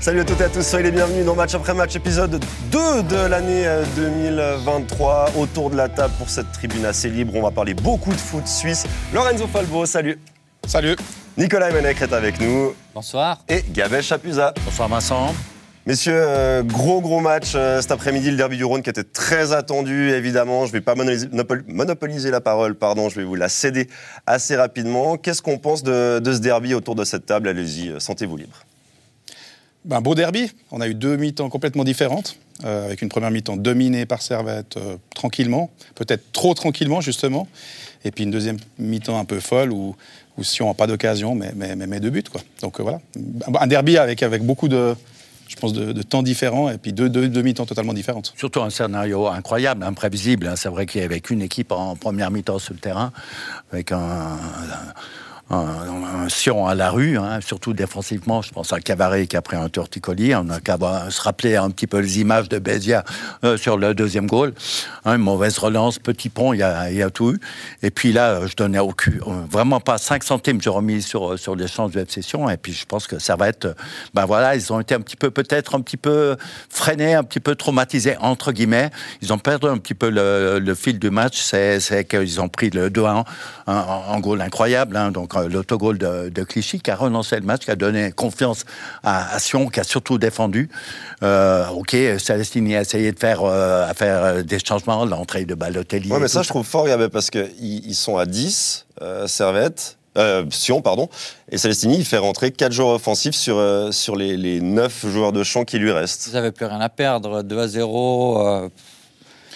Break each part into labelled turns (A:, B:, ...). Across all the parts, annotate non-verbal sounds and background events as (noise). A: Salut à toutes et à tous, soyez les bienvenus dans Match après Match, épisode 2 de l'année euh, 2023. Autour de la table pour cette tribune assez libre, on va parler beaucoup de foot suisse. Lorenzo Falbo, salut.
B: Salut.
A: Nicolas Menech est avec nous
C: Bonsoir.
A: et Gabel Chapuza.
C: Bonsoir Vincent.
A: Messieurs, euh, gros gros match euh, cet après-midi, le derby du Rhône qui était très attendu, évidemment. Je ne vais pas monopoliser- monopol- monopoliser la parole, pardon, je vais vous la céder assez rapidement. Qu'est-ce qu'on pense de, de ce derby autour de cette table Allez-y, euh, sentez-vous libre.
B: Ben, beau derby. On a eu deux mi-temps complètement différentes, euh, avec une première mi-temps dominée par Servette euh, tranquillement, peut-être trop tranquillement justement, et puis une deuxième mi-temps un peu folle où, où si on n'a pas d'occasion, mais, mais, mais, mais deux buts. Quoi. Donc euh, voilà, un derby avec, avec beaucoup de, je pense, de, de temps différents, et puis deux, deux, deux mi-temps totalement différentes.
C: Surtout un scénario incroyable, imprévisible. hein. C'est vrai qu'il y avait qu'une équipe en première mi-temps sur le terrain, avec un, un, un Sion à la rue, hein, surtout défensivement. Je pense à Cavaret qui a pris un torticolis. On a qu'à voir- se rappeler un petit peu les images de Bézia euh, sur le deuxième goal. Hein, une mauvaise relance, petit pont, il y a, il y a tout eu. Et puis là, euh, je donnais au cul, euh, vraiment pas 5 centimes, j'ai remis sur, euh, sur l'échange de Session. Et puis je pense que ça va être, euh, ben voilà, ils ont été un petit peu, peut-être un petit peu freinés, un petit peu traumatisés, entre guillemets. Ils ont perdu un petit peu le, le fil du match. C'est c'est qu'ils ont pris le 2-1 en, en goal incroyable. hein. donc euh, l'autogol de, de Clichy qui a relancé le match, qui a donné confiance à, à Sion, qui a surtout défendu. Euh, ok, Celestini a essayé de faire, euh, à faire euh, des changements, l'entrée de Balotelli.
A: Ouais,
C: et
A: mais
C: tout
A: ça, je trouve fort, Gabé, parce qu'ils ils sont à 10, euh, Servette, euh, Sion, pardon, et Celestini, il fait rentrer 4 joueurs offensifs sur, euh, sur les, les 9 joueurs de champ qui lui restent.
D: Ils n'avaient plus rien à perdre. 2 à 0. euh,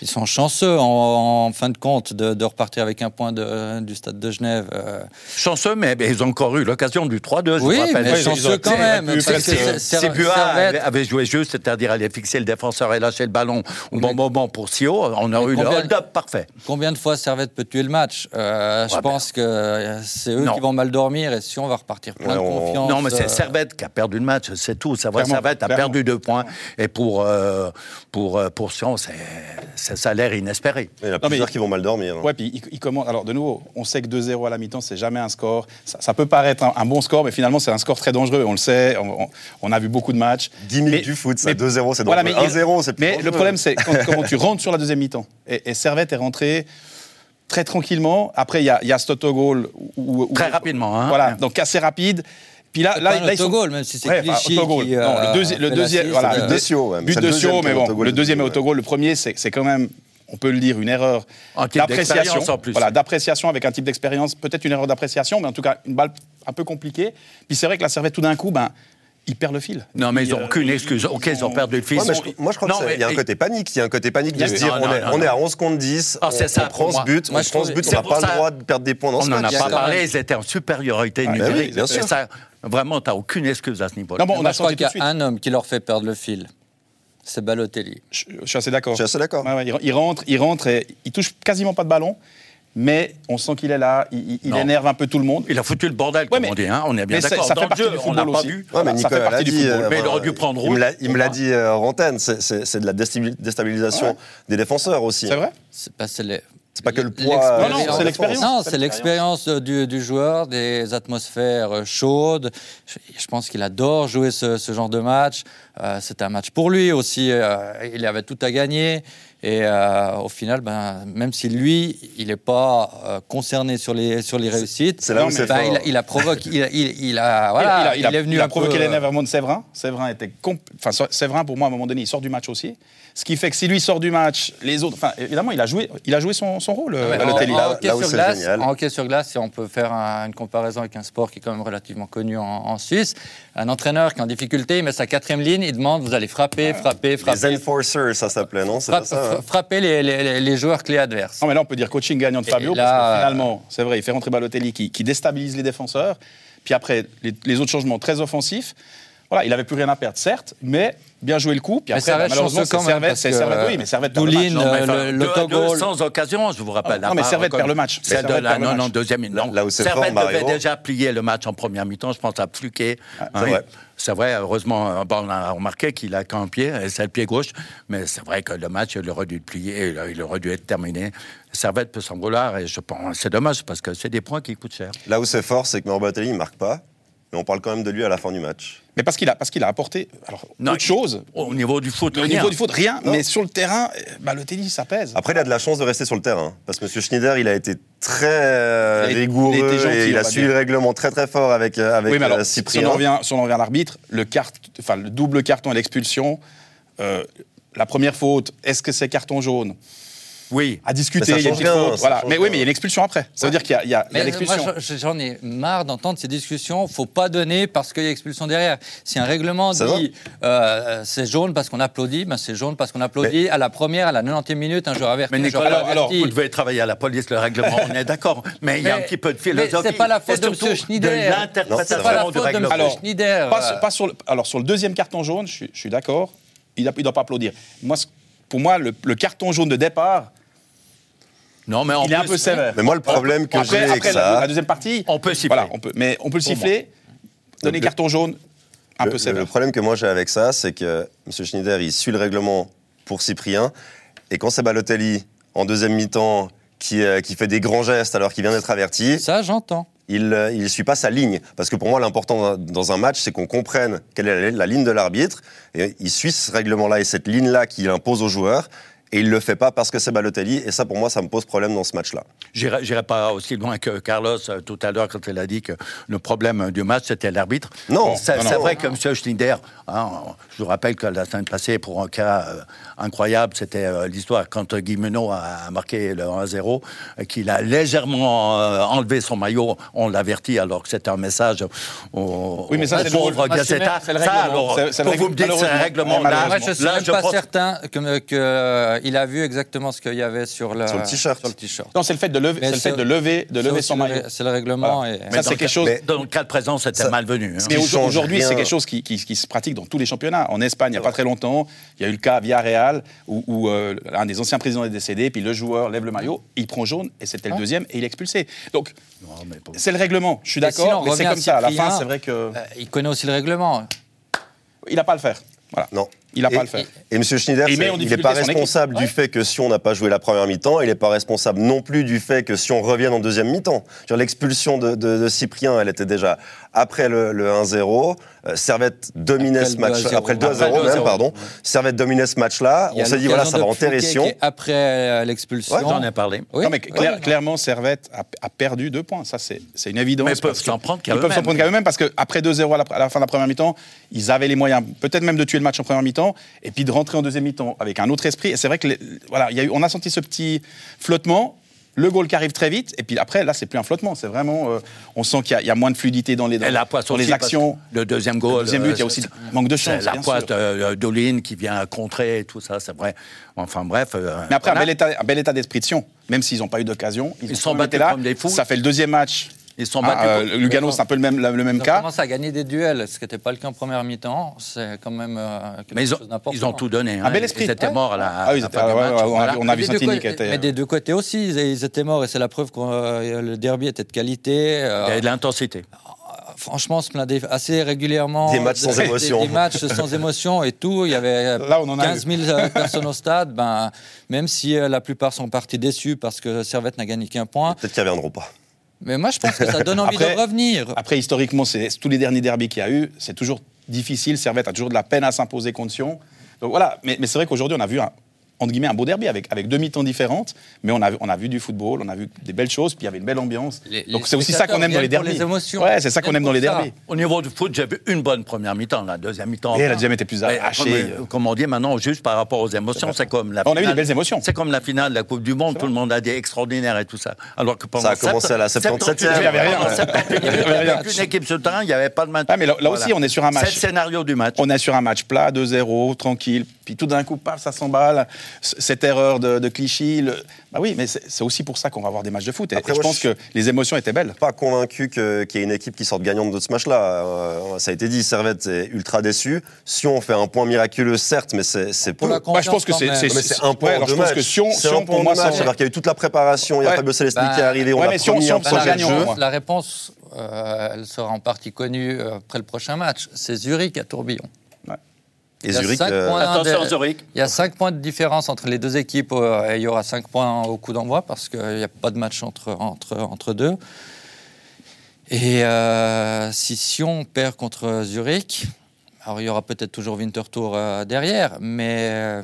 D: ils sont chanceux, en, en fin de compte, de, de repartir avec un point de- du stade de Genève. euh.
C: Chanceux, mais mais ils ont encore eu l'occasion du 3-2. je
D: oui,
C: vous rappelle.
D: mais
B: ils ont- ils
D: chanceux
B: ont-
D: quand
B: ils
D: même.
B: auraient pu
D: parce
B: faire-
D: que Ser-
C: Si Buat
D: Servette-
C: avait, avait joué juste, c'est-à-dire aller fixer le défenseur et lâcher le ballon au bon moment pour Sio, on aurait eu le
D: combien-
C: hold-up parfait.
D: Combien de fois Servette peut tuer le match Euh, Je
C: Ouais,
D: pense que euh, c'est eux
C: Non.
D: qui vont mal dormir et si on va repartir plein de
A: Ouais, on-
D: confiance.
C: Non, mais c'est
D: euh,
C: Servette qui a perdu le match, c'est tout. Ça va,
B: Clairement,
C: Servette a
B: clairement.
C: perdu deux points. Et pour, euh, pour, euh, pour Sion, c'est c'est salaire inespéré.
A: Il y en a plusieurs
B: mais-
A: qui vont mal dormir. hein.
B: Ouais, puis il, il commence. Alors, de nouveau, on sait que 2-0 à la mi-temps, c'est jamais un score. Ça, ça peut paraître un, un bon score, mais finalement, c'est un score très dangereux. On le sait, on, on- on a vu beaucoup de matchs.
A: 10 minutes
B: Mais-
A: du foot, ça,
B: mais-
A: 2-0, c'est
B: voilà,
A: dangereux.
B: mais il-
A: 1-0, c'est plus
B: Mais
A: dangereux.
B: le problème, c'est quand, quand
A: (laughs)
B: tu rentres sur la deuxième mi-temps. Et, et Servette est rentré très tranquillement. Après, il y a, il y a cet autogol. où- où-
C: Très
B: où-
C: rapidement, hein.
B: Voilà, donc assez rapide. Puis là,
D: c'est
B: là,
D: pas un
B: là, ils sont-
D: autogol, même si c'est
B: Ouais,
D: Clichy
B: enfin, autogol.
D: qui,
B: Non,
D: euh,
B: le, deuxi- le
D: fait
B: deuxième,
D: l'assist,
B: voilà,
D: euh,
A: but de Sio, ouais, mais
B: but
A: c'est
B: de
A: le
B: Sio,
A: deuxième qui
B: mais
A: est
B: bon,
A: autogol
B: le
A: de
B: deuxième est
A: Sio, ouais.
B: autogol. Le premier, c'est c'est quand même, on peut le dire, une erreur
C: Un type
B: d'appréciation.
C: d'expérience en plus.
B: Voilà, d'appréciation avec un type d'expérience, peut-être une erreur d'appréciation, mais en tout cas une balle un peu compliquée. Puis c'est vrai que la servette, tout d'un coup, ben, il perd le fil.
C: Non, mais ils
B: Euh,
C: n'ont aucune excuse. OK, ils ont perdu le fils.
A: Ouais, mais je- moi, je crois
C: Non, mais-
A: qu'il y a un côté panique. Il y a un côté panique de
B: Il y
A: se
B: a-
A: dire
C: Non,
A: on,
C: non,
A: est,
C: non,
A: on
C: non.
A: est à 11 contre 10,
C: Ah,
A: on,
C: c'est ça,
A: on prend
C: pour
A: ce
C: moi.
A: but,
D: Moi,
A: on
D: je
A: prend ce
D: trouve-
A: but, on
C: c'est
A: n'a
C: pour
A: pas
C: ça-
A: le droit de perdre des points dans
C: On
A: ce
C: n'en a
A: match.
C: pas
D: quand
C: parlé,
D: même-
C: ils étaient en supériorité
B: Ah,
A: bah
C: numérique.
A: oui, bien
C: Et
A: sûr.
C: ça, vraiment, tu n'as aucune excuse à ce niveau-là.
B: Non, bon, on
D: Moi,
B: a
D: je crois
B: senti
D: qu'il
B: tout de
D: y
B: suite.
D: a un homme qui leur fait perdre le fil. C'est Balotelli.
B: Je, je suis assez d'accord.
A: Je suis assez d'accord.
B: Ouais, ouais, il, il rentre, il rentre et il touche quasiment pas de ballon, mais on sent qu'il est là, il, il- il
C: Non.
B: énerve un peu tout le monde.
C: Il a foutu le bordel,
B: Ouais,
C: comme
B: mais-
C: on dit. hein. On est bien
B: mais ça-
C: d'accord.
B: ça fait
C: Dans le
B: partie
C: jeu,
B: du
C: on l'a
B: football
C: pas
B: aussi.
C: vu.
A: Ouais, mais
B: Ça fait
A: Nicolas l'a
B: partie du
A: dit.
B: football.
A: euh,
C: Mais il
A: ben,
C: aurait dû prendre
A: il me
C: rouge,
A: l'a- Il me l'a
C: pour
A: dit euh, en antenne, c'est- c'est c'est de la déstabil- déstabilisation des défenseurs aussi. hein.
B: C'est vrai
D: C'est pas, c'est les-
A: C'est pas que le
D: L'expérience.
A: poids. euh,
B: Non, non, c'est
A: des
B: l'expérience.
A: défenses.
D: Non, c'est l'expérience du, du joueur, des atmosphères euh, chaudes. Je, je pense qu'il adore jouer ce, ce genre de match. Euh, C'était un match pour lui aussi. euh, il avait tout à gagner. Et euh, au final, ben, même si lui, il n'est pas euh, concerné sur les, sur les réussites,
A: C'est là
B: Non,
A: où
B: mais-
A: c'est
D: ben, il,
A: fort.
D: a- il a provoqué. Il, a-
B: (laughs)
D: il- il a, voilà, il, est venu
B: il a
D: un peu,
B: provoqué
D: euh,
B: l'énervement de Séverin. Séverin était compl- enfin So- Séverin pour moi à un moment donné il sort du match aussi. Ce qui fait que si lui sort du match, les autres enfin évidemment il a joué il a joué son, son rôle euh,
D: Ah Ouais, en-
B: Balotelli.
D: en
A: là-
D: hockey
A: là où
D: sur
A: c'est
D: glace-
A: génial.
D: En hockey sur glace, si on peut faire un- une comparaison avec un sport qui est quand même relativement connu en, en Suisse, un entraîneur qui est en difficulté, il met sa quatrième ligne, il demande vous allez frapper, frapper,
A: Les
D: frapper.
A: enforcers, ça s'appelait, non C'est
D: frappe-
A: pas ça hein
D: fra- Frapper les, les- les- les joueurs clés adverses.
B: Non, mais là, on peut dire coaching gagnant de
D: Et
B: Fabio,
D: là,
B: parce que
D: euh,
B: finalement, c'est vrai, il fait rentrer Balotelli qui, qui déstabilise les défenseurs. Puis après, les, les autres changements très offensifs. Voilà, il n'avait plus rien à perdre, certes, mais bien joué le coup. Puis
D: Mais
B: après,
D: ça
B: bah,
D: reste
B: malheureusement,
D: chanceux
B: c'est
D: quand même,
B: Servette,
D: parce
B: c'est
D: que,
B: Servette, oui, mais Servette perd le match.
D: Douline,
B: Non,
C: Non, mais
D: Euh,
C: enfin,
D: le-
C: deux-
D: l'autogol.
C: deux sans occasion, je vous rappelle.
B: Non, mais
C: part,
B: Servette
C: euh,
B: perd
C: comme-
B: le match.
C: Celle de
B: Servette
C: la
B: perd le match.
C: 92e. Non,
A: Là où c'est
C: Servette
A: fort, Mario.
C: devait déjà plier le match en première mi-temps. Je pense à Fluquet.
B: Ah,
C: hein.
A: vrai.
C: C'est vrai, heureusement, euh, bon, on a remarqué qu'il a qu'un pied, et c'est le pied gauche. Mais c'est vrai que le match, il aurait dû le plier, euh, il il aurait dû être terminé. Servette peut s'en vouloir, et je pense c'est dommage parce que c'est des points qui coûtent cher.
A: Là où c'est fort, c'est que Mauro Balotelli, il marque pas. mais on parle quand même de lui à la fin du match.
B: Mais parce qu'il a, parce qu'il a apporté alors,
C: Non,
B: autre chose.
C: Au niveau du foot,
B: Mais au
C: rien.
B: niveau du foot, rien.
A: Non.
B: Mais sur le terrain, euh, bah, le tennis, ça pèse.
A: Après, il a de la chance de rester sur le terrain, parce que M. Schneider, il a été très euh,
B: Il a été-
A: rigoureux
B: il a été gentil,
A: et il
B: on
A: a
B: va
A: suivi
B: dire.
A: le règlement très très fort avec, euh, avec
B: oui, mais
A: euh,
B: alors, si
A: Cyprien.
B: on en revient, si on en revient à l'arbitre, le, cart- enfin, le double carton et l'expulsion, euh, la première faute, est-ce que c'est carton jaune
C: Oui.
B: À discuter,
A: Mais ça
B: il y a une
A: change
B: petite
A: rien,
B: faute.
A: ça
B: Voilà.
A: change
B: Mais oui,
A: rien.
B: mais il y a une expulsion après. Ça veut dire qu'il y a, il y a- il y a
D: Mais moi,
B: l'expulsion.
D: je- j'en ai marre d'entendre ces discussions. Faut pas donner parce qu'il y a expulsion derrière. Si un règlement
A: Ça
D: dit euh, c'est jaune parce qu'on applaudit, ben c'est jaune parce qu'on applaudit. À la première, à la 90e minute, un joueur averti.
C: Mais
D: un joueur
C: Nicolas,
D: pas
C: alors, alors,
D: averti.
C: vous devez travailler à la police, le règlement, on est d'accord. Mais il y a un
D: Mais-
C: petit peu de
D: mais
C: philosophie.
D: c'est pas la faute
C: et
D: de
C: surtout
D: Monsieur
C: De
D: Schneider.
A: C'est pas la
C: l'interprétation
D: faute
C: du
D: de
C: règlement.
D: Monsieur Schneider. Schneider,
B: pas,
D: euh,
B: sur- pas sur le, alors, sur le deuxième carton jaune, je, suis- je suis d'accord. Il ne doit pas applaudir. Moi, ce- pour moi, le, le carton jaune de départ,
C: non, mais en
B: il est un
C: plus,
B: peu sévère.
A: Mais moi, le problème que j'ai
B: après,
A: avec
B: après
A: ça,
B: la, la deuxième partie,
C: On peut siffler.
B: Voilà, on peut, mais on peut le
C: Pour
B: siffler, donner
A: Le-
B: carton jaune, un
A: le,
B: peu
A: le-
B: sévère.
A: le problème que moi j'ai avec ça, c'est que M. Schneider, il suit le règlement pour Cyprien, et quand c'est Balotelli, en deuxième mi-temps, qui, euh, qui fait des grands gestes alors qu'il vient d'être averti,
D: Ça, j'entends.
A: il euh, il suit pas sa ligne. Parce que pour moi, l'important dans un match, c'est qu'on comprenne quelle est la, la ligne de l'arbitre. Et il suit ce règlement-là et cette ligne-là qu'il impose aux joueurs. Et il le fait pas parce que c'est Balotelli. Et ça, pour moi, ça me pose problème dans ce match-là.
C: J'irai j'irai pas aussi loin que Carlos euh, tout à l'heure quand il a dit que le problème euh, du match c'était l'arbitre.
A: Non,
C: c'est
A: non,
C: c'est
A: non.
C: vrai que M. Schneider, hein, on- je vous rappelle que la semaine passée, pour un cas euh, incroyable, c'était euh, l'histoire quand euh, Guy Meneau a marqué le 1-0, euh, qu'il a légèrement euh, enlevé son maillot, on l'avertit alors que c'était un message au,
B: Oui, mais ça,
C: au
B: c'est le-
C: pauvre
D: Ah, c'est
C: Gazzetta.
D: même- c'est le
C: Ça,
B: règlement.
C: alors,
B: C'est- c'est le
C: quand vous me dites que c'est un
B: règlement.
C: règlement, là,
D: Moi,
B: Malheureusement.
D: je suis
C: là,
D: même pas
C: pense-
D: certain que, que, euh, il a vu exactement ce qu'il y avait sur, la-
A: Sur le t-shirt.
D: sur le t-shirt.
B: Non, c'est le fait de lever,
D: Mais
B: c'est le
D: c'est-
B: fait de lever, de lever
D: Ça
B: son
D: aussi, le
B: maillot.
D: ré- C'est le règlement.
B: Voilà.
D: et-
B: Ça, c'est quelque chose.
A: mais-
C: Dans le cas présent, c'était
A: Ça-
C: malvenu.
B: Mais
C: hein.
A: qui
B: aujourd'hui-
A: change
B: aujourd'hui, c'est
A: rien.
B: quelque chose qui, qui- qui se pratique dans tous les championnats. En Espagne, il n'y a pas très longtemps, il y a eu le cas à Villarreal où, où, euh, un des anciens présidents est décédé, puis le joueur lève le maillot, il prend jaune, et c'était le
D: Ouais.
B: deuxième, et il est expulsé. Donc,
C: Non, Oh, mais pas-
B: c'est le règlement, je suis
D: Et si l'on
B: d'accord, mais c'est
D: revient
B: comme ça. À la
D: Cyprien,
B: fin, c'est vrai que.
D: euh, il connaît aussi le règlement.
B: Il n'a pas à le faire. Voilà.
A: Non.
B: Il n'a
A: Et-
B: pas à le faire.
A: Et M. Schneider,
B: Et il met
A: c'est-
B: en
A: il n'est pas
B: difficulté son
A: responsable du fait que si on n'a pas joué la première mi-temps, il n'est pas responsable non plus du fait que si on revienne en deuxième mi-temps. Je veux dire, L'expulsion de, de- de Cyprien, elle était déjà après le, le 1-0. Euh, Servette dominait
D: Après
A: ce
D: le
A: match
D: 2-0,
A: après le
D: ouais.
A: 2-0
D: Après le
A: même,
D: 2-0,
A: pardon. Servette dominait ce match-là.
D: Il y
A: On
D: a
A: s'est dit voilà, ça va
D: l'occasion
A: en
D: de Fouquet
A: terression.
D: qui est Après euh, l'expulsion.
A: Ouais,
C: J'en ai parlé.
D: Oui,
B: non, mais
D: oui,
B: clair-
D: oui.
B: clairement, Servette a, a perdu deux points. Ça, c'est c'est une évidence.
C: Mais ils peuvent
B: parce que-
C: s'en prendre qu'à
B: Ils peuvent s'en
C: eux-mêmes.
B: prendre qu'à eux-mêmes parce qu'après 2-0 à, la- à la fin de la première mi-temps, ils avaient les moyens, peut-être même de tuer le match en première mi-temps, et puis de rentrer en deuxième mi-temps avec un autre esprit. Et c'est vrai que les- voilà, il y a eu, on a senti ce petit flottement. Le goal qui arrive très vite, et puis après, là, c'est plus un flottement. C'est vraiment, euh, on sent qu'il y a- il y, a moins de fluidité dans les, dans,
C: Et la poisse
B: dans les
C: aussi, parce
B: actions.
C: que Le deuxième goal.
B: Le deuxième but, il y a
C: euh,
B: aussi
C: c'est-
B: manque de chance,
C: c'est La
B: bien sûr.
C: poisse de euh, Doline qui vient contrer et tout ça, c'est vrai. Enfin bref. euh,
B: Mais après,
C: voilà.
B: un, bel état, un bel état d'esprit de Sion, même s'ils n'ont pas eu d'occasion.
C: Ils
B: ont
C: sont
B: quand même été
C: battus comme des fous.
B: Ça fait le deuxième match.
C: Ils sont battus
B: Ah, euh,
C: comme-
B: Lugano, c'est un peu le même, le même
D: Ils ont
B: cas.
D: commencé à gagner des duels, ce qui n'était pas le cas en première mi-temps. C'est quand même euh, quelque
C: mais ils ont,
D: chose d'important.
C: ils ont tout donné.
B: Un
C: hein.
B: bel esprit.
C: Ils étaient
B: Ouais.
C: morts à la,
B: Ah oui, ils
C: à la
B: étaient-
C: fin
B: ah
C: du
B: ouais,
C: match.
B: ouais, ouais, on a
C: Voilà.
B: vu- on a
D: Mais
B: vu
D: des deux
B: Santini
D: côtés-
B: qui était.
D: Mais des deux côtés aussi, ils, ils étaient morts et c'est la preuve que euh, le derby était de qualité. euh,
C: Il y a de l'intensité.
D: franchement, on se plaindre assez régulièrement.
A: Des matchs sans
D: Des-
A: émotion.
D: Des, des matchs sans émotion et tout. Il y avait
B: Là, on en a
D: 15
B: (laughs)
D: 000 euh, personnes au stade. Ben, même si euh, la plupart sont partis déçus parce que Servette n'a gagné qu'un point.
A: Peut-être qu'ils ne reviendront pas.
D: Mais moi, je pense que ça donne envie
B: Après-
D: de revenir.
B: Après, historiquement, c'est tous les derniers derbys qu'il y a eu, c'est toujours difficile. Servette a toujours de la peine à s'imposer contre Sion. Donc voilà, mais, mais c'est vrai qu'aujourd'hui, on a vu un, entre guillemets, un beau derby avec, avec deux mi-temps différentes, mais on a, vu- on a vu du football, on a vu des belles choses, puis il y avait une belle ambiance.
D: Les- les
B: Donc c'est aussi ça qu'on aime dans les
D: spectateurs viennent pour
B: derbys.
D: les émotions,
B: ouais, c'est ça qu'on
D: viennent
B: aime dans
D: pour
B: les
D: ça.
B: derbys.
C: Au niveau du foot, j'ai vu une bonne première mi-temps. La deuxième mi-temps.
B: Et la deuxième était plus
C: Mais,
B: hachée. euh.
C: comme, comme on dit maintenant, juste par rapport aux émotions, c'est comme la
B: On a eu
C: finale-
B: des belles émotions.
C: C'est comme la finale de la Coupe du Monde. Tout le monde a dit extraordinaire et tout ça. Alors que pendant
A: Ça a commencé
C: sept-
A: à la 77e.
C: septante-
A: Il y avait
B: rien. (laughs)
C: pendant 70,
B: Il y avait rien.
C: Aucune équipe sur le terrain, il n'y avait pas de match.
B: Ah, mais là- là aussi, on est sur un match.
C: C'est le scénario du match.
B: On est sur un match plat, 2-0, tranquille, puis tout d'un coup, paf, ça s'emballe. C- Cette erreur de, de Clichy. le- Bah oui, mais c'est c'est aussi pour ça qu'on va avoir des matchs de foot. Et,
A: Après,
B: et je
A: moi,
B: pense
A: je-
B: que les émotions étaient belles.
A: pas convaincu que- qu'il y ait une équipe qui sorte gagnante de ce match-là. Euh, ça a été dit, Servette est ultra déçu. Si on fait un point miraculeux, certes, mais c'est c'est peu.
D: Pour la
B: Bah, je pense que
D: confiance,
B: c'est
D: quand
A: Non,
B: c'est-
D: même.
A: mais c'est un point
B: ouais,
A: en
B: alors
A: deux
B: je pense
A: matchs.
B: que Sion,
A: C'est
B: Sion,
A: un point
B: pour
A: en
B: moi,
A: deux matchs.
B: ça-
A: C'est-à-dire qu'il y a eu toute la préparation, il y a
B: Ouais.
A: Fabio Celestini
D: Bah,
A: qui est arrivé, on
B: ouais,
A: l'a
B: mais Sion,
A: promis
B: Sion,
A: un peu
B: sans
A: dans
D: la
A: le
B: gagnant,
A: jeu.
B: moi.
D: réponse, la réponse, euh, elle sera en partie connue euh, après le prochain match. C'est Zurich à Tourbillon.
A: Et
D: Il y a
A: Zurich,
D: cinq
A: euh,
D: points.
C: Attention,
D: des-
C: Zurich.
D: Il y a 5 points de différence entre les deux équipes euh, et il y aura 5 points au coup d'envoi parce qu'il n'y a pas de match entre, entre, entre deux. Et euh, si Sion perd contre Zurich, alors il y aura peut-être toujours Winterthur euh, derrière, mais euh,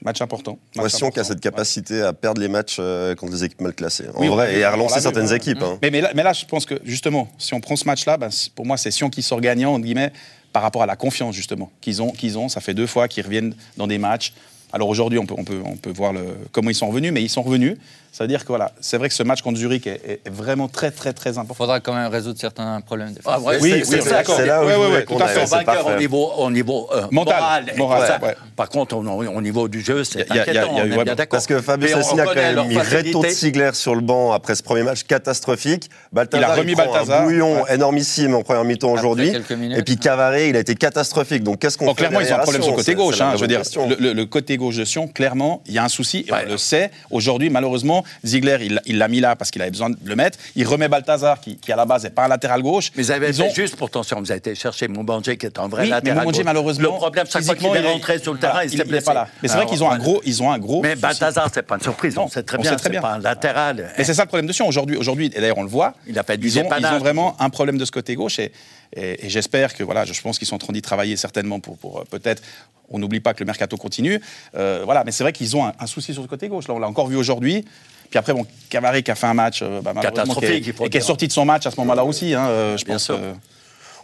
B: Match important.
A: Moi,
B: match
A: Sion qui a
B: important,
A: cette
B: ouais.
A: capacité à perdre les matchs euh, contre des équipes mal classées. En
B: Oui, on l'a
A: vrai,
B: vu,
A: et à
B: on l'a
A: relancer
B: vu,
A: certaines
B: ouais.
A: équipes. hein.
B: Mais, mais là, mais là, je pense que justement, si on prend ce match-là, ben, c- pour moi, c'est Sion qui sort gagnant, entre guillemets, par rapport à la confiance, justement, qu'ils ont, qu'ils ont. Ça fait deux fois qu'ils reviennent dans des matchs. Alors aujourd'hui, on peut, on peut, on peut voir le- comment ils sont revenus, mais ils sont revenus. Ça veut dire que voilà, c'est vrai que ce match contre Zurich est, est- est vraiment très, très, très
D: il
B: important.
D: faudra quand même résoudre certains problèmes. défensifs.
C: Ah, ouais,
B: Oui,
C: c'est-
B: oui,
C: c'est
B: on est
C: ça,
B: d'accord.
A: c'est là où
B: Ouais,
A: je
B: ouais,
A: voulais
B: ouais,
A: qu'on
B: tout à
A: aille,
B: fait.
A: c'est
C: Vainqueur
A: parfait.
C: au niveau, au niveau euh,
B: Mental,
C: moral. et
B: moral,
C: tout ça.
B: ouais.
C: Par contre, on- on- au niveau du jeu,
B: Il
C: c'est
B: y a- il y a-
C: inquiétant.
B: il y a eu-
C: on est
B: ouais,
C: bien d'accord.
A: Parce que Fabio
C: Mais on
A: Cessini a quand
C: reconnaît
A: même
C: leur
A: mis Reto
C: facilité.
A: Ziegler sur le banc après ce premier match catastrophique. Balthazar,
B: Il a remis
A: prend un
B: Balthazar,
A: bouillon
B: ouais.
A: énormissime en première mi-temps
D: Après
A: aujourd'hui.
D: quelques minutes,
A: Et puis Cavaré, il a été catastrophique. Donc qu'est-ce qu'on
B: Bon,
A: fait
B: clairement, ils ont un
A: derrière
B: problème sur le côté
A: C'est-
B: gauche.
A: c'est la
B: hein,
A: vraie
B: je veux dire,
A: question.
B: le, le- le côté gauche de Sion, clairement, il y a un souci. et
C: Ouais.
B: on le sait. Aujourd'hui, malheureusement, Ziegler, il il l'a mis là parce qu'il avait besoin de le mettre. Il remet Balthazar, qui, qui à la base n'est pas un latéral gauche.
C: Mais ils avaient
B: Ils ont-
C: fait juste pourtant si on vous avez été chercher Moubangé qui est un vrai
B: Oui, mais
C: latéral.
B: Moumandjé,
C: gauche.
B: malheureusement,
C: Le problème, chaque fois qu'il
B: physiquement,
C: est
B: il est-
C: rentré sur le terrain,
B: voilà,
C: il
B: il-
C: s'est
B: il est
C: blessé.
B: pas là. Mais c'est vrai
C: Alors,
B: qu'ils ont un
C: voilà.
B: gros, ils ont un gros.
C: Mais
B: souci.
C: Balthazar, c'est pas une surprise.
B: Non,
C: on sait très
B: on
C: bien.
B: sait très
C: C'est
B: bien.
C: pas un latéral.
B: Mais c'est ça le problème de Sion aujourd'hui. Aujourd'hui, et d'ailleurs on le voit,
C: Il a fait du
B: ils, ont, ils
C: dépannage.
B: ont vraiment un problème de ce côté gauche et, et- et j'espère que voilà, je, je pense qu'ils sont en train d'y travailler certainement pour, pour euh, peut-être. On n'oublie pas que le mercato continue, Euh, voilà. Mais c'est vrai qu'ils ont un, un souci sur ce côté gauche. Là, on l'a encore vu aujourd'hui. Puis après, bon, Cavani qui a fait un match euh, bah, malheureusement,
C: Catastrophique,
B: qui
C: il
B: est,
C: faut
B: et qui est
C: dire.
B: sorti de son match à ce moment-là aussi. hein, euh, je
C: Bien
B: pense.
C: sûr.
B: euh,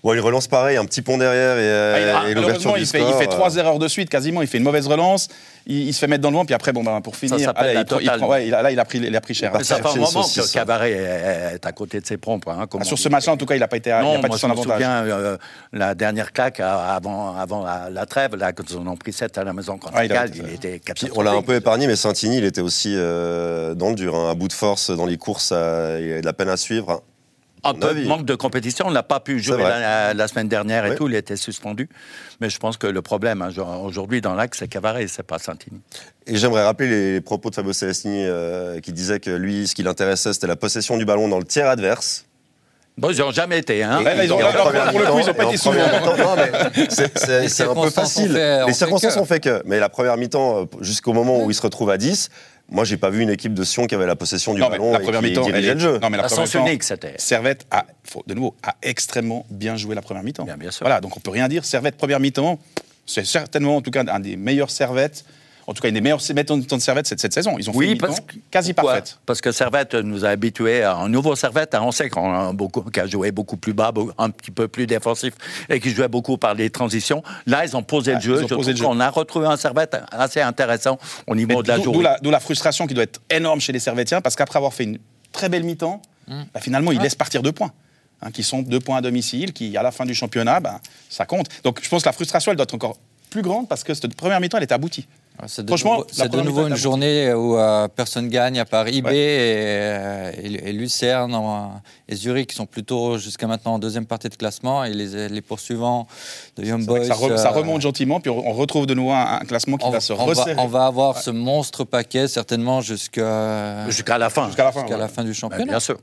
A: Ouais, il relance pareil, un petit pont derrière et,
B: ah, il-
A: euh,
B: ah,
A: et l'ouverture
B: malheureusement,
A: du
B: il fait,
A: score. euh,
B: il fait trois erreurs de suite quasiment. Il fait une mauvaise relance. Il, il se fait mettre dans le vent. Puis après, bon, bah, pour finir,
C: s'appelle
B: allez,
C: la
B: il prend- il
C: totale.
B: prend- ouais, il a- là, il a pris, il a pris cher.
A: Mais
B: hein.
C: Mais ça fait un
A: Chercher une
C: moment
A: saucisse,
C: que
A: hein.
C: Cabaret est, est à côté de ses pompes. hein, comme
B: Ah,
C: on
B: sur
C: dit.
B: ce match-là, en tout cas, il n'a pas été, à- il
C: Non,
B: a pas
C: moi,
B: été son
C: je me
B: avantage.
C: souviens, euh, la dernière claque à- avant, avant la, la trêve, là, quand on en pris 7 à la maison contre
B: Ouais, Ah, il a-
C: Galles, il était
A: Puis
C: catastrophique.
A: on l'a un peu épargné, mais Santini, il était aussi euh, dans le dur, hein, à bout de force dans les courses, euh, il a de la peine à suivre. hein.
C: Un
A: mon
C: peu
A: avis.
C: de manque de compétition, on n'a pas pu jouer
A: vrai.
C: la, la semaine dernière et
A: Oui.
C: tout, il était suspendu. Mais je pense que le problème hein, genre, aujourd'hui dans l'axe, c'est Cavaret, c'est pas Santini.
A: Et j'aimerais rappeler les propos de Fabio Celestini euh, qui disait que lui, ce qui l'intéressait, c'était la possession du ballon dans le tiers adverse.
C: Bon, ils n'y ont jamais été. Hein.
B: Ah, Ouais, là, ils ont-
A: Et en
B: là, là,
A: première
B: pour le coup,
A: mi-temps-
B: ils ont pas
A: et en
B: été souvent.
A: première mi-temps- non,
D: (laughs)
A: mais c'est- C'est
D: Les
A: c'est un peu
D: circonstances
A: facile.
D: ont fait- ont
A: les
D: fait
A: circonstances
D: que.
A: ont fait que. Mais la première mi-temps, euh, jusqu'au moment où il se retrouve à 10, moi, j'ai pas vu une équipe de Sion qui avait la possession du
B: Non, mais
A: ballon
B: la
A: et
B: première
A: qui
B: mi-temps, elle
A: dirigeait
B: est-
A: le jeu.
B: Non, mais la
C: À
B: première
C: sens
B: mi-temps,
C: unique, c'était.
B: Servette a, faut- de nouveau, a extrêmement bien joué la première mi-temps.
C: Bien, bien sûr.
B: Voilà, donc on peut rien dire. Servette première mi-temps, c'est certainement en tout cas un des meilleurs Servettes. En tout cas, une des meilleures mettons de temps de Servette cette, cette saison. Ils ont fait une mi-temps quasi
C: pourquoi
B: parfaite.
C: Parce que Servette nous a habitués à un nouveau Servette. hein, on sait qu'on a beaucoup, qui a joué beaucoup plus bas, beau- un petit peu plus défensif et qui jouait beaucoup par les transitions. Là, ils ont posé
B: Ah,
C: le jeu.
B: ils ont
C: Je
B: posé le
C: trouve qu'on a retrouvé un Servette assez intéressant au niveau
B: Mais
C: de la
B: d'où-
C: journée.
B: D'où la, d'où la frustration qui doit être énorme chez les Servettiens, parce qu'après avoir fait une très belle mi-temps,
D: Hum.
B: bah, finalement,
D: Ah.
B: ils laissent partir deux points. hein, qui sont deux points à domicile, qui, à la fin du championnat, bah, ça compte. Donc, je pense que la frustration, elle doit être encore plus grande parce que cette première mi-temps, elle est aboutie.
D: Ouais, C'est de
B: Franchement,
D: nouveau,
B: la
D: c'est de
B: première
D: nouveau
B: mi-temps
D: une
B: est
D: journée où euh, personne gagne à part IB et, euh, et- et Lucerne en- et Zurich qui sont plutôt jusqu'à maintenant en deuxième partie de classement et les, les poursuivants de Young
B: C'est vrai
D: Boys.
B: que ça, re- ça
D: euh,
B: remonte gentiment, puis on on retrouve de nouveau un, un classement qui
D: on,
B: va se
D: on va,
B: resserrer
D: on va avoir ce monstre paquet certainement jusqu'à
C: Jusqu'à la fin.
B: jusqu'à la fin.
D: jusqu'à
B: ouais.
D: fin du
C: Ben,
D: championnat.
C: bien sûr.